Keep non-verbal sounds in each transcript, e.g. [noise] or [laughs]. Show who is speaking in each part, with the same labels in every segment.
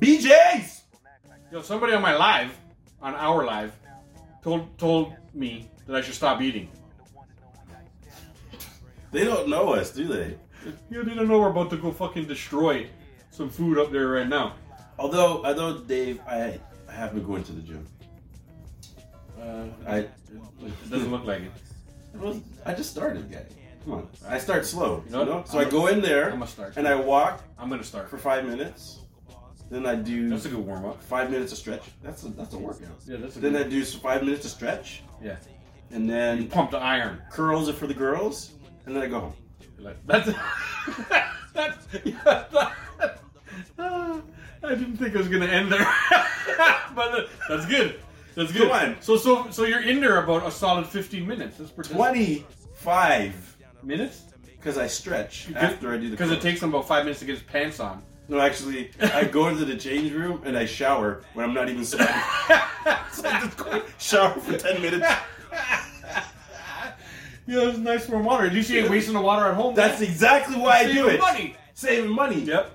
Speaker 1: BJ's. Yo, somebody on my live, on our live, told told me that I should stop eating.
Speaker 2: They don't know us, do they?
Speaker 1: You didn't know we're about to go fucking destroy some food up there right now.
Speaker 2: Although, although Dave, I, I have been going to the gym. Uh, I,
Speaker 1: It doesn't look like it.
Speaker 2: Well, I just started, guy. Come on, I start slow. You
Speaker 1: know,
Speaker 2: know, so
Speaker 1: I'm
Speaker 2: i
Speaker 1: a-
Speaker 2: go in there
Speaker 1: I'm a start.
Speaker 2: and I walk
Speaker 1: I'm gonna start.
Speaker 2: for five minutes. Then I do
Speaker 1: That's a good warm up.
Speaker 2: five minutes of stretch. That's a, that's a workout.
Speaker 1: Yeah, that's a
Speaker 2: then
Speaker 1: good-
Speaker 2: I do s- five minutes of stretch,
Speaker 1: Yeah.
Speaker 2: and then
Speaker 1: Pump the iron.
Speaker 2: curls are for the girls, and then I go home.
Speaker 1: Like, That's [laughs] that's yeah, [laughs] that- ah, I didn't think it was gonna end there, [laughs] but that- that's good. That's good.
Speaker 2: Come on.
Speaker 1: So so so you're in there about a solid 15 minutes. That's pretty.
Speaker 2: Twenty-five
Speaker 1: minutes?
Speaker 2: because I stretch after I do the.
Speaker 1: because it
Speaker 2: curls.
Speaker 1: takes him about five minutes to get his pants on. [laughs]
Speaker 2: No, actually, I go into the change room and I shower when I'm not even sweating. [laughs] so I just go shower for ten minutes.
Speaker 1: Yeah, it's nice warm water. At least you ain't wasting the water at home.
Speaker 2: That's exactly why I
Speaker 1: Saving
Speaker 2: do it.
Speaker 1: money.
Speaker 2: Saving money.
Speaker 1: Yep.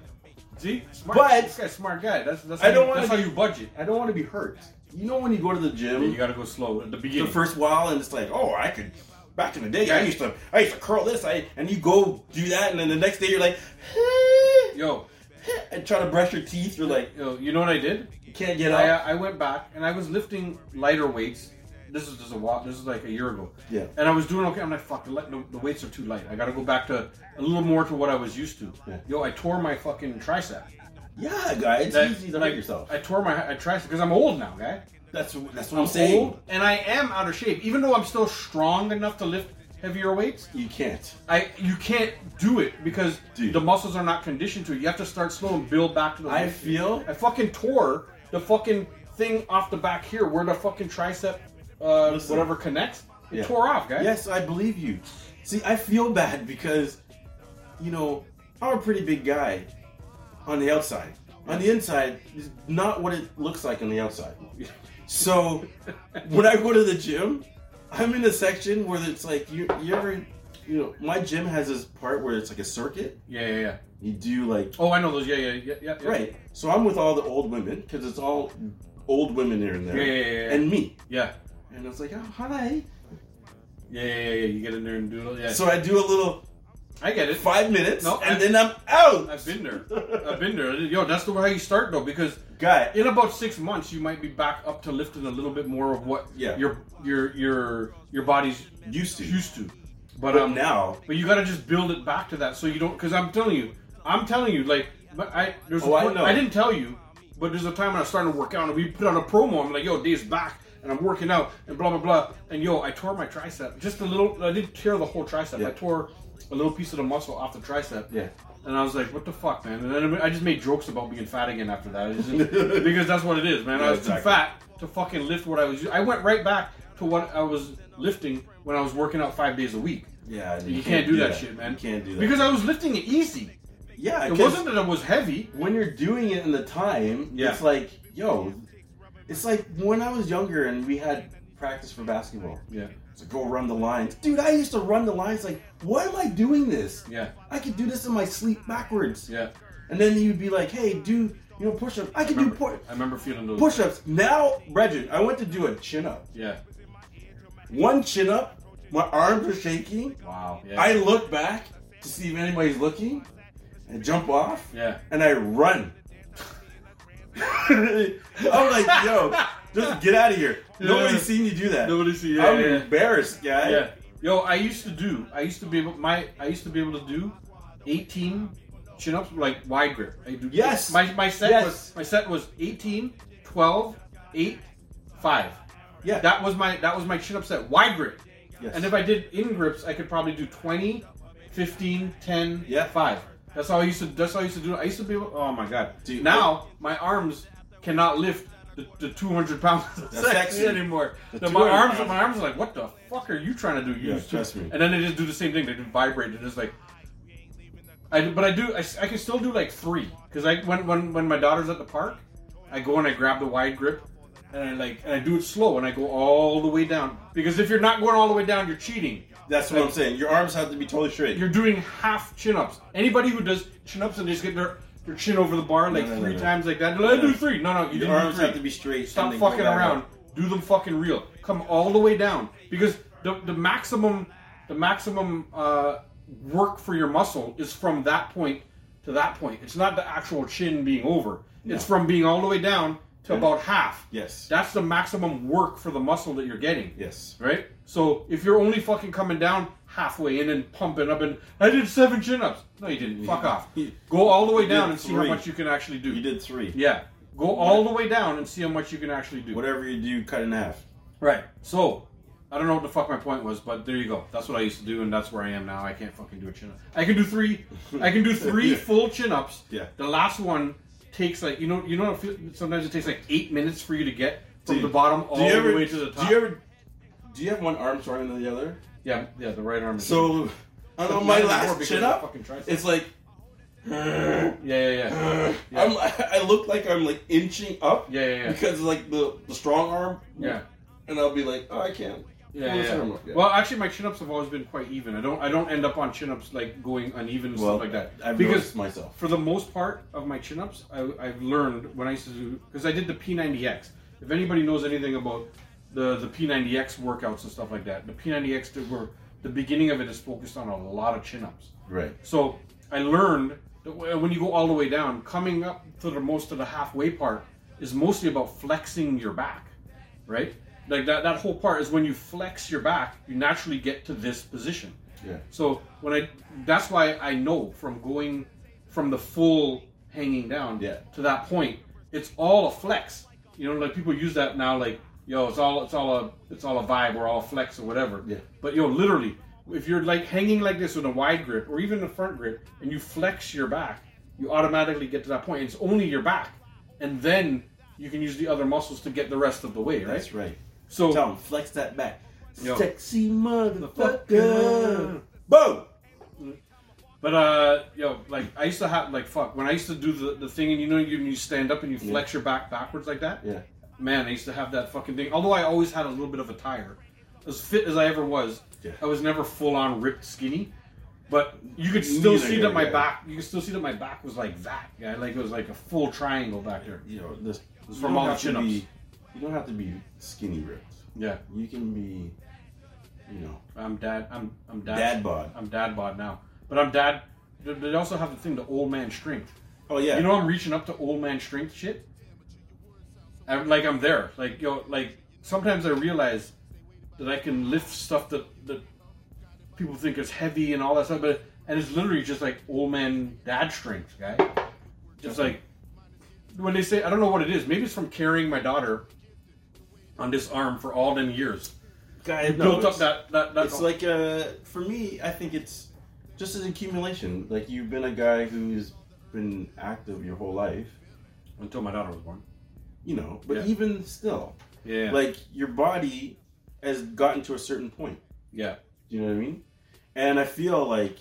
Speaker 1: See, smart.
Speaker 2: But-
Speaker 1: this guy's a smart guy. That's that's
Speaker 2: I
Speaker 1: how,
Speaker 2: don't
Speaker 1: you,
Speaker 2: wanna
Speaker 1: that's how
Speaker 2: be-
Speaker 1: you budget.
Speaker 2: I don't want to be hurt. You know when you go to the gym,
Speaker 1: You gotta go slow at the
Speaker 2: the
Speaker 1: beginning.
Speaker 2: first while, and it's like, oh, I could. Back in the day, I used to, I used to curl this, I, and you go do that, and then the next day you're like, [laughs]
Speaker 1: yo,
Speaker 2: and try to brush your teeth. You're like,
Speaker 1: yo, you know what I did?
Speaker 2: you can't get
Speaker 1: I,
Speaker 2: up.
Speaker 1: uh, I went back and I was lifting lighter weights. This is just a while. This is like a year ago.
Speaker 2: Yeah.
Speaker 1: And I was doing okay. I'm like, fuck, the, li- the, the weights are too light. I gotta go back to a little more to what I was used to.
Speaker 2: Yeah.
Speaker 1: Yo, I tore my fucking tricep.
Speaker 2: Yeah, guy, it's
Speaker 1: That-
Speaker 2: easy to
Speaker 1: like,
Speaker 2: hurt yourself.
Speaker 1: I tore my I tricep because I'm old now, guy.
Speaker 2: that's that's what I'm saying.
Speaker 1: Old, and I am out of shape. Even though I'm still strong enough to lift heavier weights,
Speaker 2: You can't.
Speaker 1: I you can't do it because
Speaker 2: Dude.
Speaker 1: the muscles are not conditioned to it. You have to start slow and build back to the.
Speaker 2: I
Speaker 1: weight.
Speaker 2: feel-
Speaker 1: I fucking tore the fucking thing off the back here where the fucking tricep, uh,
Speaker 2: Listen.
Speaker 1: whatever connects. It
Speaker 2: Yeah.
Speaker 1: tore off, [laughs] guys.
Speaker 2: Yes, I believe you. See, I feel bad because, you know, I'm a pretty big guy on the outside. On the inside is not what it looks like on the outside. So when I go to the gym, I'm in a section where it's like you, you ever, you know, my gym has this part where it's like a circuit.
Speaker 1: Yeah, yeah, yeah.
Speaker 2: You do like
Speaker 1: Oh, I know those. Yeah, yeah, yeah, yeah. yeah.
Speaker 2: right. So I'm with all the old women because it's all old women here and there,
Speaker 1: Yeah, yeah, yeah, yeah.
Speaker 2: and me.
Speaker 1: Yeah.
Speaker 2: And it's like, oh hi.
Speaker 1: Yeah, yeah, yeah, yeah. You get in there and do it. Yeah,
Speaker 2: So I do a little
Speaker 1: I get it.
Speaker 2: five minutes,
Speaker 1: No,
Speaker 2: and
Speaker 1: I-
Speaker 2: then I'm out.
Speaker 1: I've been there. I've been there. Yo, that's the way you start though, because
Speaker 2: Guy,
Speaker 1: in about six months you might be back up to lifting a little bit more of what
Speaker 2: Yeah.
Speaker 1: your your your your body's
Speaker 2: used to,
Speaker 1: used to. But,
Speaker 2: but
Speaker 1: um,
Speaker 2: now,
Speaker 1: But you got to just build it back to that, so you don't. Because I'm telling you, I'm telling you, like, but I there's
Speaker 2: Oh,
Speaker 1: a
Speaker 2: I
Speaker 1: point,
Speaker 2: know.
Speaker 1: didn't tell you, but there's a time when I was starting to work out, and we put on a promo. I'm like, yo, Dave's back, and I'm working out, and blah blah blah, and yo, I tore my tricep, just a little. I didn't tear the whole tricep.
Speaker 2: Yeah.
Speaker 1: I tore a little piece of the muscle off the tricep.
Speaker 2: Yeah.
Speaker 1: And I was like, "What the fuck, man?" And then I just made jokes about being fat again after that, I just- [laughs] because that's what it is, man. I
Speaker 2: Yeah,
Speaker 1: was too
Speaker 2: exactly.
Speaker 1: fat to fucking lift what I was. I went right back to what I was lifting when I was working out five days a week.
Speaker 2: yeah,
Speaker 1: You, can't, do that, shit, man.
Speaker 2: You can't do that
Speaker 1: Because I was lifting it easy.
Speaker 2: yeah,
Speaker 1: It
Speaker 2: 'cause
Speaker 1: wasn't that it was heavy.
Speaker 2: when you're doing it in the time.
Speaker 1: Yeah.
Speaker 2: It's like, yo, it's like when I was younger and we had practice for basketball.
Speaker 1: Yeah,
Speaker 2: So go run the lines, dude. I used to run the lines. Like, why am I doing this?
Speaker 1: yeah,
Speaker 2: I could do this in my sleep backwards.
Speaker 1: yeah.
Speaker 2: And then you'd be like, hey, do you know push ups? I
Speaker 1: I
Speaker 2: can do
Speaker 1: remember,
Speaker 2: pu-
Speaker 1: I remember feeling those.
Speaker 2: push ups. Now, Regin, I went to do a chin up.
Speaker 1: Yeah.
Speaker 2: One chin up, my arms are shaking.
Speaker 1: Wow. Yeah.
Speaker 2: I look back to see if anybody's looking, and jump off,
Speaker 1: yeah.
Speaker 2: and I run. [laughs] I'm like, yo, just get out of here.
Speaker 1: Yeah.
Speaker 2: Nobody's seen you do that.
Speaker 1: Nobody see. Yeah,
Speaker 2: I'm
Speaker 1: yeah, yeah.
Speaker 2: embarrassed, guy.
Speaker 1: yeah. Yo, I used to do. I used to be able. My I used to be able to do, eighteen chin ups like wide grip. I do.
Speaker 2: Yes.
Speaker 1: My my set
Speaker 2: Yes.
Speaker 1: was my set was 18, 12, 8, 5.
Speaker 2: Yeah.
Speaker 1: That was my that was my chin up set wide grip.
Speaker 2: Yes.
Speaker 1: And if I did in grips, I could probably do 20, 15, 10,
Speaker 2: Yeah.
Speaker 1: 5. That's how I used to that's how I used to do it. I used to be able, oh my god.
Speaker 2: Dude,
Speaker 1: now my arms cannot lift the, the 200 pounds of
Speaker 2: That's
Speaker 1: section
Speaker 2: sexy.
Speaker 1: anymore.
Speaker 2: The
Speaker 1: Then my
Speaker 2: 200
Speaker 1: arms
Speaker 2: pounds.
Speaker 1: my arms are like, what the fuck are you trying to do? You
Speaker 2: Yeah,
Speaker 1: used to-"
Speaker 2: trust me.
Speaker 1: And then they just do the same thing. They just vibrate and it's like I, but I do I, s- I can still do like three because I when, when when my daughter's at the park, I go and I grab the wide grip, and I like and I do it slow and I go all the way down because if you're not going all the way down, you're cheating.
Speaker 2: That's what I'm saying. Your arms have to be totally straight.
Speaker 1: You're doing half chin ups. Anybody who does chin ups and they just get their your chin over the bar like
Speaker 2: no, no,
Speaker 1: three
Speaker 2: no.
Speaker 1: times like that. Let's
Speaker 2: No.
Speaker 1: do three. No, no, you
Speaker 2: Your
Speaker 1: didn't
Speaker 2: arms
Speaker 1: do three.
Speaker 2: have to be straight.
Speaker 1: Stop
Speaker 2: and they go
Speaker 1: fucking
Speaker 2: back
Speaker 1: around.
Speaker 2: up.
Speaker 1: Do them fucking real. Come all the way down because the the maximum the maximum uh, work for your muscle is from that point to that point. It's not the actual chin being over. It's from being all the way down to about half.
Speaker 2: Yes.
Speaker 1: That's the maximum work for the muscle that you're getting.
Speaker 2: Yes.
Speaker 1: Right? So if you're only fucking coming down halfway in and pumping up and I did seven chin ups. No you
Speaker 2: [laughs]
Speaker 1: didn't. Fuck off. Go all the way
Speaker 2: You did
Speaker 1: down and see how
Speaker 2: three.
Speaker 1: much you can actually do.
Speaker 2: You did three.
Speaker 1: Yeah. Go all the way down and see how much you can actually do.
Speaker 2: Whatever you do, cut in half.
Speaker 1: Right. So, I don't know what the fuck my point was, but there you go. That's what I used to do, and that's where I am now. I can't fucking do a chin up. I can do three. I can
Speaker 2: [laughs]
Speaker 1: do three
Speaker 2: Yeah.
Speaker 1: full chin ups.
Speaker 2: Yeah.
Speaker 1: The last one takes like you know you know it feel- sometimes it takes like eight minutes for you to get from
Speaker 2: Do you-
Speaker 1: the bottom all
Speaker 2: do you
Speaker 1: the
Speaker 2: ever,
Speaker 1: way to the top.
Speaker 2: Do you ever? Do you have one arm stronger than the other?
Speaker 1: yeah, yeah. The right arm. Is
Speaker 2: So I
Speaker 1: But
Speaker 2: know my
Speaker 1: mine is more
Speaker 2: last
Speaker 1: because
Speaker 2: chin
Speaker 1: of the
Speaker 2: up,
Speaker 1: fucking tricep.
Speaker 2: it's like
Speaker 1: yeah, yeah, yeah.
Speaker 2: I'm, I look like I'm like inching up.
Speaker 1: Yeah, yeah, yeah.
Speaker 2: Because like the, the strong arm.
Speaker 1: Yeah.
Speaker 2: And I'll be like, oh, I can't.
Speaker 1: Yeah,
Speaker 2: Pull
Speaker 1: yeah,
Speaker 2: this
Speaker 1: yeah.
Speaker 2: arm up, yeah.
Speaker 1: Well, actually, my chin ups have always been quite even. I don't, I don't end up on chin ups like going uneven and
Speaker 2: Well,
Speaker 1: stuff like that.
Speaker 2: I've
Speaker 1: because
Speaker 2: noticed myself.
Speaker 1: for the most part of my chin ups, I, I've learned when I used to do because I did the P90X. If anybody knows anything about the the P90X workouts and stuff like that, the P90X that were the beginning of it is focused on a lot of chin ups.
Speaker 2: Right.
Speaker 1: So I learned that wh- when you go all the way down, coming up to the most of the halfway part is mostly about flexing your back, right? Like that, that whole part is when you flex your back, you naturally get to this position.
Speaker 2: Yeah.
Speaker 1: So when I, that's why I know from going from the full hanging down
Speaker 2: Yeah.
Speaker 1: to that point, it's all a flex. You know, like people use that now, like yo, it's all it's all a it's all a vibe or all flex or whatever.
Speaker 2: Yeah.
Speaker 1: But yo, literally, if you're like hanging like this with a wide grip or even a front grip, and you flex your back, you automatically get to that point. It's only your back, and then you can use the other muscles to get the rest of the way, right?
Speaker 2: That's right.
Speaker 1: So
Speaker 2: Tell him, flex that back.
Speaker 1: Yo.
Speaker 2: Sexy motherfucker.
Speaker 1: Motherfucker.
Speaker 2: Boom.
Speaker 1: But uh, yo, like I used to have like fuck when I used to do the, the thing and you know you, you stand up and you flex your back backwards like that.
Speaker 2: Yeah.
Speaker 1: Man, I used to have that fucking thing. Although I always had a little bit of a tire, as fit as I ever was,
Speaker 2: Yeah.
Speaker 1: I was never full on ripped skinny. But you could still
Speaker 2: Neither
Speaker 1: see
Speaker 2: here,
Speaker 1: that my
Speaker 2: yeah.
Speaker 1: back. You could still see that my back was like that. Yeah, like it was like a full triangle back there.
Speaker 2: You know, this, you
Speaker 1: It's from
Speaker 2: don't
Speaker 1: all the
Speaker 2: have to
Speaker 1: chin-ups.
Speaker 2: be- You don't have to be skinny ripped.
Speaker 1: Yeah,
Speaker 2: You can be, you know,
Speaker 1: I'm dad. I'm I'm dad.
Speaker 2: dad bod.
Speaker 1: I'm dad bod now. But I'm dad. They they also have the thing, the old man strength.
Speaker 2: Oh yeah.
Speaker 1: You know, I'm reaching up to old man strength shit. I'm like, I'm there. Like, yo, like sometimes I realize that I can lift stuff that that people think is heavy and all that stuff, but and it's literally just like old man dad strength, guy. Just like when they say, I don't know what it is. Maybe it's from carrying my daughter on this arm for all them years.
Speaker 2: guy,
Speaker 1: It
Speaker 2: no,
Speaker 1: built up
Speaker 2: it's-
Speaker 1: that that that.
Speaker 2: It's like uh, for me, I think it's just an accumulation. Like you've been a guy who's been active your whole life,
Speaker 1: until my daughter was born.
Speaker 2: you know. But
Speaker 1: Yeah.
Speaker 2: even still,
Speaker 1: Yeah.
Speaker 2: like your body has gotten to a certain point.
Speaker 1: yeah.
Speaker 2: Do you know what I mean? And I feel like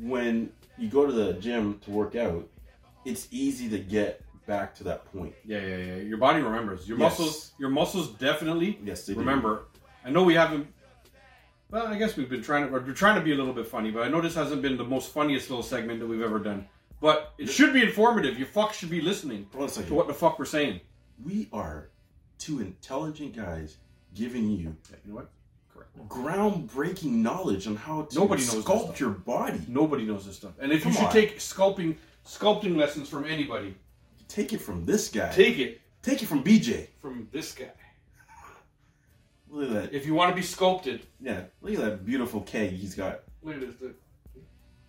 Speaker 2: when you go to the gym to work out, it's easy to get back to that point.
Speaker 1: Yeah, yeah, yeah. Your body remembers. Your
Speaker 2: Yes.
Speaker 1: muscles, your muscles definitely
Speaker 2: Yes, they do.
Speaker 1: remember. I know we haven't. Well, I guess we've been trying to. We're trying to be a little bit funny, but I know this hasn't been the most funniest little segment that we've ever done. But it should be informative. You fuck should be listening
Speaker 2: One
Speaker 1: to
Speaker 2: second.
Speaker 1: what the fuck we're saying.
Speaker 2: We are two intelligent guys giving you
Speaker 1: Yeah, you know what? Correct.
Speaker 2: groundbreaking knowledge on how to
Speaker 1: Nobody knows this
Speaker 2: sculpt
Speaker 1: stuff.
Speaker 2: your body.
Speaker 1: Nobody knows this stuff. And if
Speaker 2: Come
Speaker 1: you should
Speaker 2: on.
Speaker 1: take sculpting sculpting lessons from anybody,
Speaker 2: Take it from this guy.
Speaker 1: take it
Speaker 2: Take it from BJ.
Speaker 1: from this guy.
Speaker 2: Look at that.
Speaker 1: If you want to be sculpted,
Speaker 2: Yeah, look at that beautiful keg he's got.
Speaker 1: look at this. The,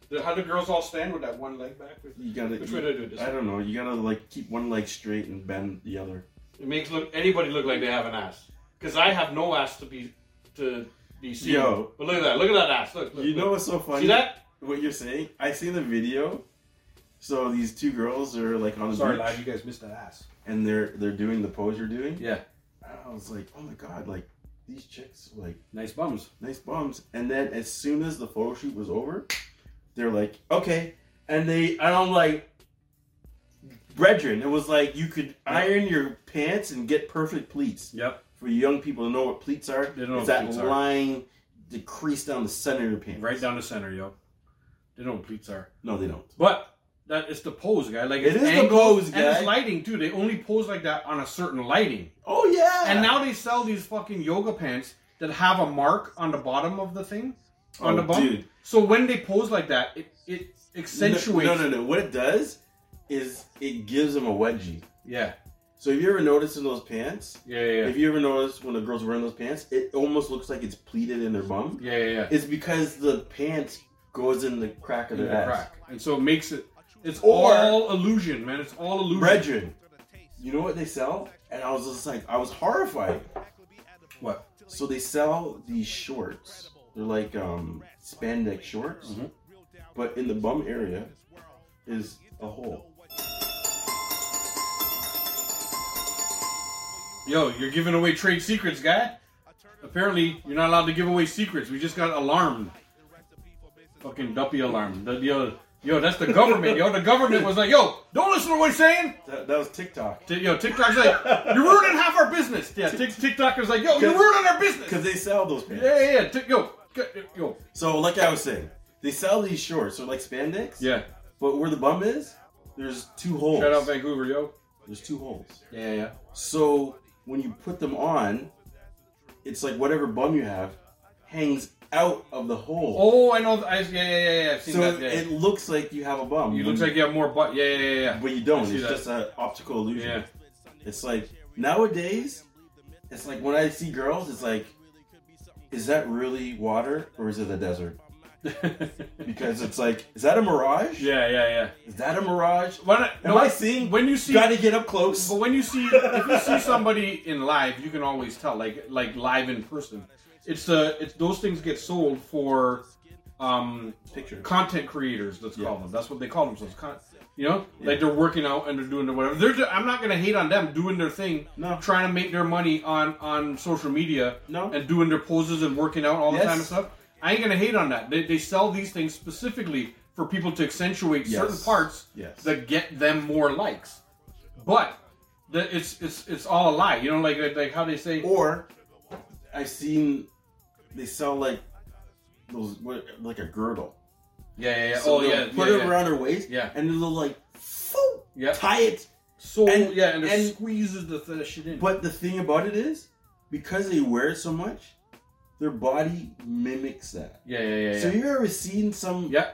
Speaker 1: the, how do girls all stand with that one leg back?
Speaker 2: You gotta.
Speaker 1: Which
Speaker 2: you-
Speaker 1: way do I do it? This
Speaker 2: I don't know. You gotta like keep one leg straight and bend the other.
Speaker 1: It makes look anybody look like they have an ass. Cause I have no ass to be to be seen.
Speaker 2: Yo.
Speaker 1: But look at that! Look at that ass! Look! look
Speaker 2: You know
Speaker 1: look.
Speaker 2: what's so funny?
Speaker 1: See that?
Speaker 2: What you're saying? I seen the video. So these two girls are like on the beach
Speaker 1: you guys missed that ass.
Speaker 2: and they're they're doing the pose you're doing.
Speaker 1: Yeah,
Speaker 2: And I was like, oh my god, like these chicks like
Speaker 1: nice bums.
Speaker 2: nice bums. And then as soon as the photo shoot was over, they're like, okay. And they and I'm like, brethren, it was like you could iron your pants and get perfect pleats.
Speaker 1: Yep.
Speaker 2: For you young people to know what pleats are,
Speaker 1: They don't know
Speaker 2: it's
Speaker 1: what
Speaker 2: that
Speaker 1: pleats are.
Speaker 2: line, the crease down the center of your pants.
Speaker 1: Right down the center, yo. They know what pleats are.
Speaker 2: No, they don't.
Speaker 1: But That it's the pose, guy. Like
Speaker 2: It
Speaker 1: it's
Speaker 2: is the
Speaker 1: angle
Speaker 2: pose,
Speaker 1: and
Speaker 2: guy.
Speaker 1: it's lighting too. They only pose like that on a certain lighting.
Speaker 2: Oh yeah.
Speaker 1: And now they sell these fucking yoga pants that have a mark on the bottom of the thing, on
Speaker 2: Oh,
Speaker 1: the bum.
Speaker 2: dude.
Speaker 1: So when they pose like that, it it accentuates.
Speaker 2: No, no, no. What it does is it gives them a wedgie.
Speaker 1: Yeah,
Speaker 2: So have you ever noticed in those pants?
Speaker 1: yeah, yeah, yeah,
Speaker 2: Have you ever noticed when a girl's wearing those pants, it almost looks like it's pleated in their bum?
Speaker 1: yeah, yeah. yeah.
Speaker 2: It's because the pants goes in the crack of
Speaker 1: In
Speaker 2: their
Speaker 1: the
Speaker 2: ass.
Speaker 1: crack. And so it makes it. It's
Speaker 2: Or-
Speaker 1: all illusion, man. It's all illusion.
Speaker 2: Brethren, you know what they sell? And I was just like, I was horrified.
Speaker 1: What?
Speaker 2: So they sell these shorts. They're like um, spandex shorts,
Speaker 1: Mhm.
Speaker 2: but in the bum area is a hole.
Speaker 1: Yo, you're giving away trade secrets, guy. Apparently, you're not allowed to give away secrets. We just got alarmed. Fucking duppy alarm. The, yo, yo, that's the government. yo, the government was like, yo, don't listen to what he's saying.
Speaker 2: That, that was TikTok.
Speaker 1: T- Yo, TikTok's like, you're ruining half our business. Yeah, Tik TikTok was like, yo, you're ruining our business.
Speaker 2: Because they sell those pants.
Speaker 1: Yeah, yeah, yeah. Tik- yo, c- yo,
Speaker 2: So, like I was saying, they sell these shorts. They're like spandex.
Speaker 1: yeah.
Speaker 2: But where the bum is, there's two holes.
Speaker 1: Shout out Vancouver, yo.
Speaker 2: There's two holes.
Speaker 1: Yeah, yeah.
Speaker 2: So when you put them on, it's like whatever bum you have hangs out of the hole.
Speaker 1: Oh, I know. th- I, yeah, yeah, yeah, yeah. I've seen
Speaker 2: so
Speaker 1: that. Yeah.
Speaker 2: it looks like you have a bum.
Speaker 1: you looks like you have more butt. Yeah, yeah, yeah, yeah.
Speaker 2: but you
Speaker 1: I
Speaker 2: don't.
Speaker 1: see
Speaker 2: It's
Speaker 1: that.
Speaker 2: just an optical illusion.
Speaker 1: Yeah.
Speaker 2: It's like nowadays, it's like when I see girls, it's like, is that really water or is it the desert? Because it's like, is that a mirage?
Speaker 1: [laughs] yeah, yeah, yeah.
Speaker 2: Is that a mirage?
Speaker 1: When I,
Speaker 2: Am I seeing?
Speaker 1: When you see,
Speaker 2: Got to get up close.
Speaker 1: but when you see, if you see somebody in live, you can always tell. Like, like live in person, it's uh, it's those things get sold for, um,
Speaker 2: Picture.
Speaker 1: content creators. Let's call
Speaker 2: Yeah.
Speaker 1: them. That's what they call themselves. Con- you know,
Speaker 2: Yeah.
Speaker 1: like they're working out and they're doing their whatever. They're. ju- I'm not gonna hate on them doing their thing,
Speaker 2: No.
Speaker 1: trying to make their money on on social media.
Speaker 2: No.
Speaker 1: and doing their poses and working out all the
Speaker 2: Yes.
Speaker 1: time and stuff. I ain't gonna hate on that. They, they sell these things specifically for people to accentuate
Speaker 2: Yes.
Speaker 1: certain parts
Speaker 2: Yes.
Speaker 1: that get them more likes. But the, it's it's it's all a lie. You know, like like how they say.
Speaker 2: Or I've seen they sell like those what, like a girdle.
Speaker 1: Yeah, yeah, yeah.
Speaker 2: So
Speaker 1: oh
Speaker 2: they'll
Speaker 1: yeah,
Speaker 2: Put
Speaker 1: yeah,
Speaker 2: it
Speaker 1: yeah.
Speaker 2: around her waist.
Speaker 1: Yeah.
Speaker 2: And they'll like phoom,
Speaker 1: Yeah.
Speaker 2: tie it.
Speaker 1: So
Speaker 2: and-
Speaker 1: yeah, and it
Speaker 2: and-
Speaker 1: squeezes the, the shit in.
Speaker 2: But the thing about it is, because they wear it so much, their body mimics that.
Speaker 1: yeah, yeah, yeah. yeah.
Speaker 2: So you ever seen some
Speaker 1: yeah.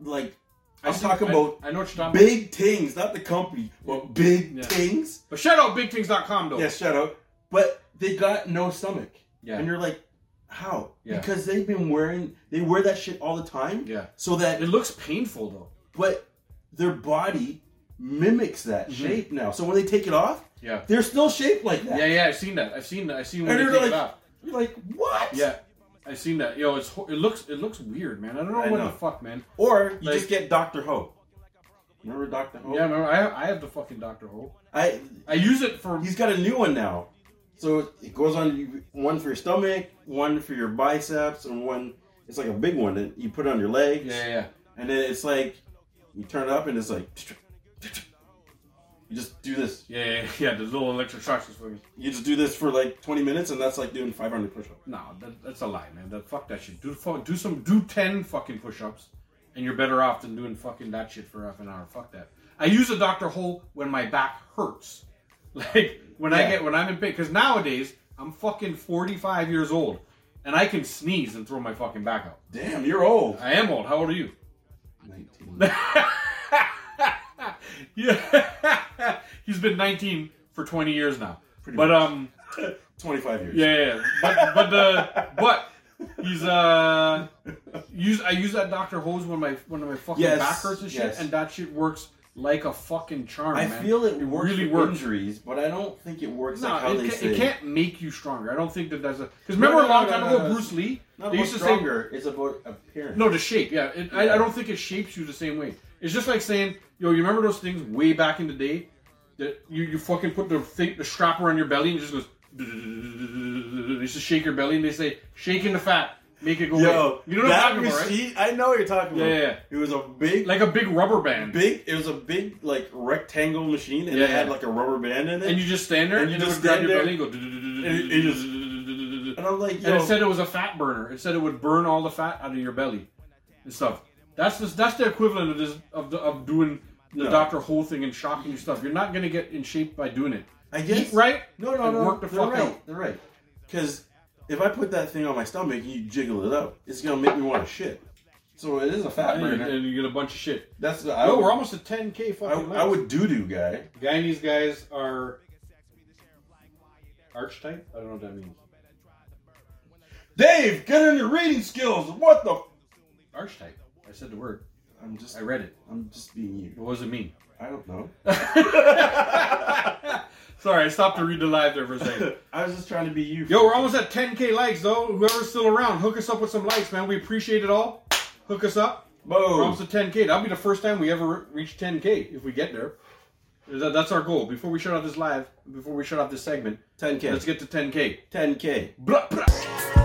Speaker 2: like
Speaker 1: I
Speaker 2: I'm
Speaker 1: see-
Speaker 2: talking
Speaker 1: I-
Speaker 2: about
Speaker 1: I know what you're talking about.
Speaker 2: big things, not the company, but big
Speaker 1: Yeah. Oh.
Speaker 2: things?
Speaker 1: But shout out bigthings.com though.
Speaker 2: Yeah, shout out. But they got no stomach.
Speaker 1: Yeah.
Speaker 2: And you're like, how?
Speaker 1: Yeah.
Speaker 2: Because they've been wearing they wear that shit all the time.
Speaker 1: Yeah.
Speaker 2: So that
Speaker 1: It looks painful though.
Speaker 2: but their body mimics that
Speaker 1: Mhm.
Speaker 2: shape now. So when they take it off,
Speaker 1: Yeah.
Speaker 2: they're still shaped like that.
Speaker 1: Yeah, yeah. I've seen that. I've seen that. I've seen when
Speaker 2: And
Speaker 1: they
Speaker 2: you're
Speaker 1: take it
Speaker 2: like-
Speaker 1: off.
Speaker 2: You're like, what?
Speaker 1: Yeah, I've seen that. Yo, it's ho- it looks it looks weird, man. I don't know
Speaker 2: I
Speaker 1: what
Speaker 2: know.
Speaker 1: the fuck, man.
Speaker 2: Or you
Speaker 1: Like-
Speaker 2: just get Doctor Ho. Remember Doctor Ho?
Speaker 1: Yeah, remember, I I have the fucking Doctor Ho.
Speaker 2: I
Speaker 1: I use it for
Speaker 2: he's got a new one now. So it goes on you- one for your stomach, one for your biceps, and one it's like a big one that you put on your legs.
Speaker 1: yeah, yeah, yeah.
Speaker 2: And then it's like you turn it up and it's like you just do this.
Speaker 1: yeah, yeah, yeah. The little electric shocks is fucking.
Speaker 2: You just do this for like 20 minutes and that's like doing 500 push-ups.
Speaker 1: No, that, that's a lie, man. That fuck that shit. Do fuck, do some do ten fucking push-ups, and you're better off than doing fucking that shit for half an hour. Fuck that. I use a Doctor Ho when my back hurts, [laughs] like when I
Speaker 2: Yeah.
Speaker 1: get when I'm in pain. Because nowadays I'm fucking 45 years old, and I can sneeze and throw my fucking back out.
Speaker 2: Damn, you're old.
Speaker 1: I am old. How old are you?
Speaker 2: 19.
Speaker 1: [laughs] yeah. He's been 19 for 20 years now.
Speaker 2: Pretty
Speaker 1: but
Speaker 2: much.
Speaker 1: um
Speaker 2: 25 years.
Speaker 1: yeah, yeah, yeah. but but uh but he's uh use I use that Dr. Hose when my when my fucking
Speaker 2: Yes,
Speaker 1: back hurts and shit
Speaker 2: yes.
Speaker 1: and that shit works like a fucking charm,
Speaker 2: I
Speaker 1: man.
Speaker 2: feel it, works
Speaker 1: really
Speaker 2: really
Speaker 1: works.
Speaker 2: injuries, but I don't think it works
Speaker 1: No,
Speaker 2: like how they
Speaker 1: it, ca-
Speaker 2: say.
Speaker 1: it can't make you stronger. I don't think that that's a because
Speaker 2: No,
Speaker 1: remember
Speaker 2: no,
Speaker 1: a long
Speaker 2: no,
Speaker 1: time
Speaker 2: no,
Speaker 1: ago
Speaker 2: no,
Speaker 1: Bruce Lee
Speaker 2: Not
Speaker 1: they
Speaker 2: about
Speaker 1: used to say
Speaker 2: stronger. It's about appearance.
Speaker 1: No, the shape. Yeah, it, I, I don't think it shapes you the same way. It's just like saying, yo, you remember those things way back in the day that you, you fucking put the thing, the strap around your belly and it just goes. [laughs] They used to shake your belly and they say, shake in the fat, make it go away.
Speaker 2: Yo,
Speaker 1: You know what
Speaker 2: that
Speaker 1: I'm talking about, right?
Speaker 2: machine- I know what you're talking
Speaker 1: Yeah,
Speaker 2: about.
Speaker 1: yeah, yeah.
Speaker 2: It was a big,
Speaker 1: Like a big rubber band,
Speaker 2: big. It was a big, like rectangle machine, and
Speaker 1: Yeah,
Speaker 2: it had
Speaker 1: yeah.
Speaker 2: like a rubber band in it.
Speaker 1: and you just stand there
Speaker 2: And
Speaker 1: and,
Speaker 2: you
Speaker 1: it
Speaker 2: just
Speaker 1: would grab
Speaker 2: stand
Speaker 1: your belly and go.
Speaker 2: it-
Speaker 1: [laughs]
Speaker 2: it just-
Speaker 1: And
Speaker 2: And I'm like, yo,
Speaker 1: it said it was a fat burner. It said it would burn all the fat out of your belly and stuff. That's just, that's the equivalent of this of, the, of doing the
Speaker 2: No.
Speaker 1: doctor hole thing and shocking you stuff. You're not gonna get in shape by doing it.
Speaker 2: I guess
Speaker 1: Eat right.
Speaker 2: No, no,
Speaker 1: and
Speaker 2: no.
Speaker 1: work the
Speaker 2: they're
Speaker 1: fuck
Speaker 2: right.
Speaker 1: out.
Speaker 2: They're right. Because if I put that thing on my stomach and you jiggle it up, it's gonna make me want to shit. So it is a fat
Speaker 1: And,
Speaker 2: burner.
Speaker 1: and you get a bunch of shit.
Speaker 2: That's the, I,
Speaker 1: No,
Speaker 2: would,
Speaker 1: we're almost at 10k.
Speaker 2: I,
Speaker 1: Fucking
Speaker 2: I would doo doo guy.
Speaker 1: Guyanese guys are archetype. I don't know what that means.
Speaker 2: Dave, get in your reading skills. What the? F-
Speaker 1: Archetype. I said the word.
Speaker 2: I'm just.
Speaker 1: I read it.
Speaker 2: I'm just being you.
Speaker 1: What does it mean?
Speaker 2: I don't know.
Speaker 1: Sorry, I stopped to read the live there for a second.
Speaker 2: [laughs] I was just trying to be you.
Speaker 1: [laughs] Yo, we're almost at 10k likes though. Whoever's still around, hook us up with some likes, man. We appreciate it all. Hook us up. We're
Speaker 2: Boom.
Speaker 1: almost at 10k. That'll be the first time we ever re- reach 10k if we get there. That- That's our goal. Before we shut off this live, before we shut off this segment, let's
Speaker 2: 10k.
Speaker 1: get to 10k.
Speaker 2: 10k.
Speaker 1: Blah, blah.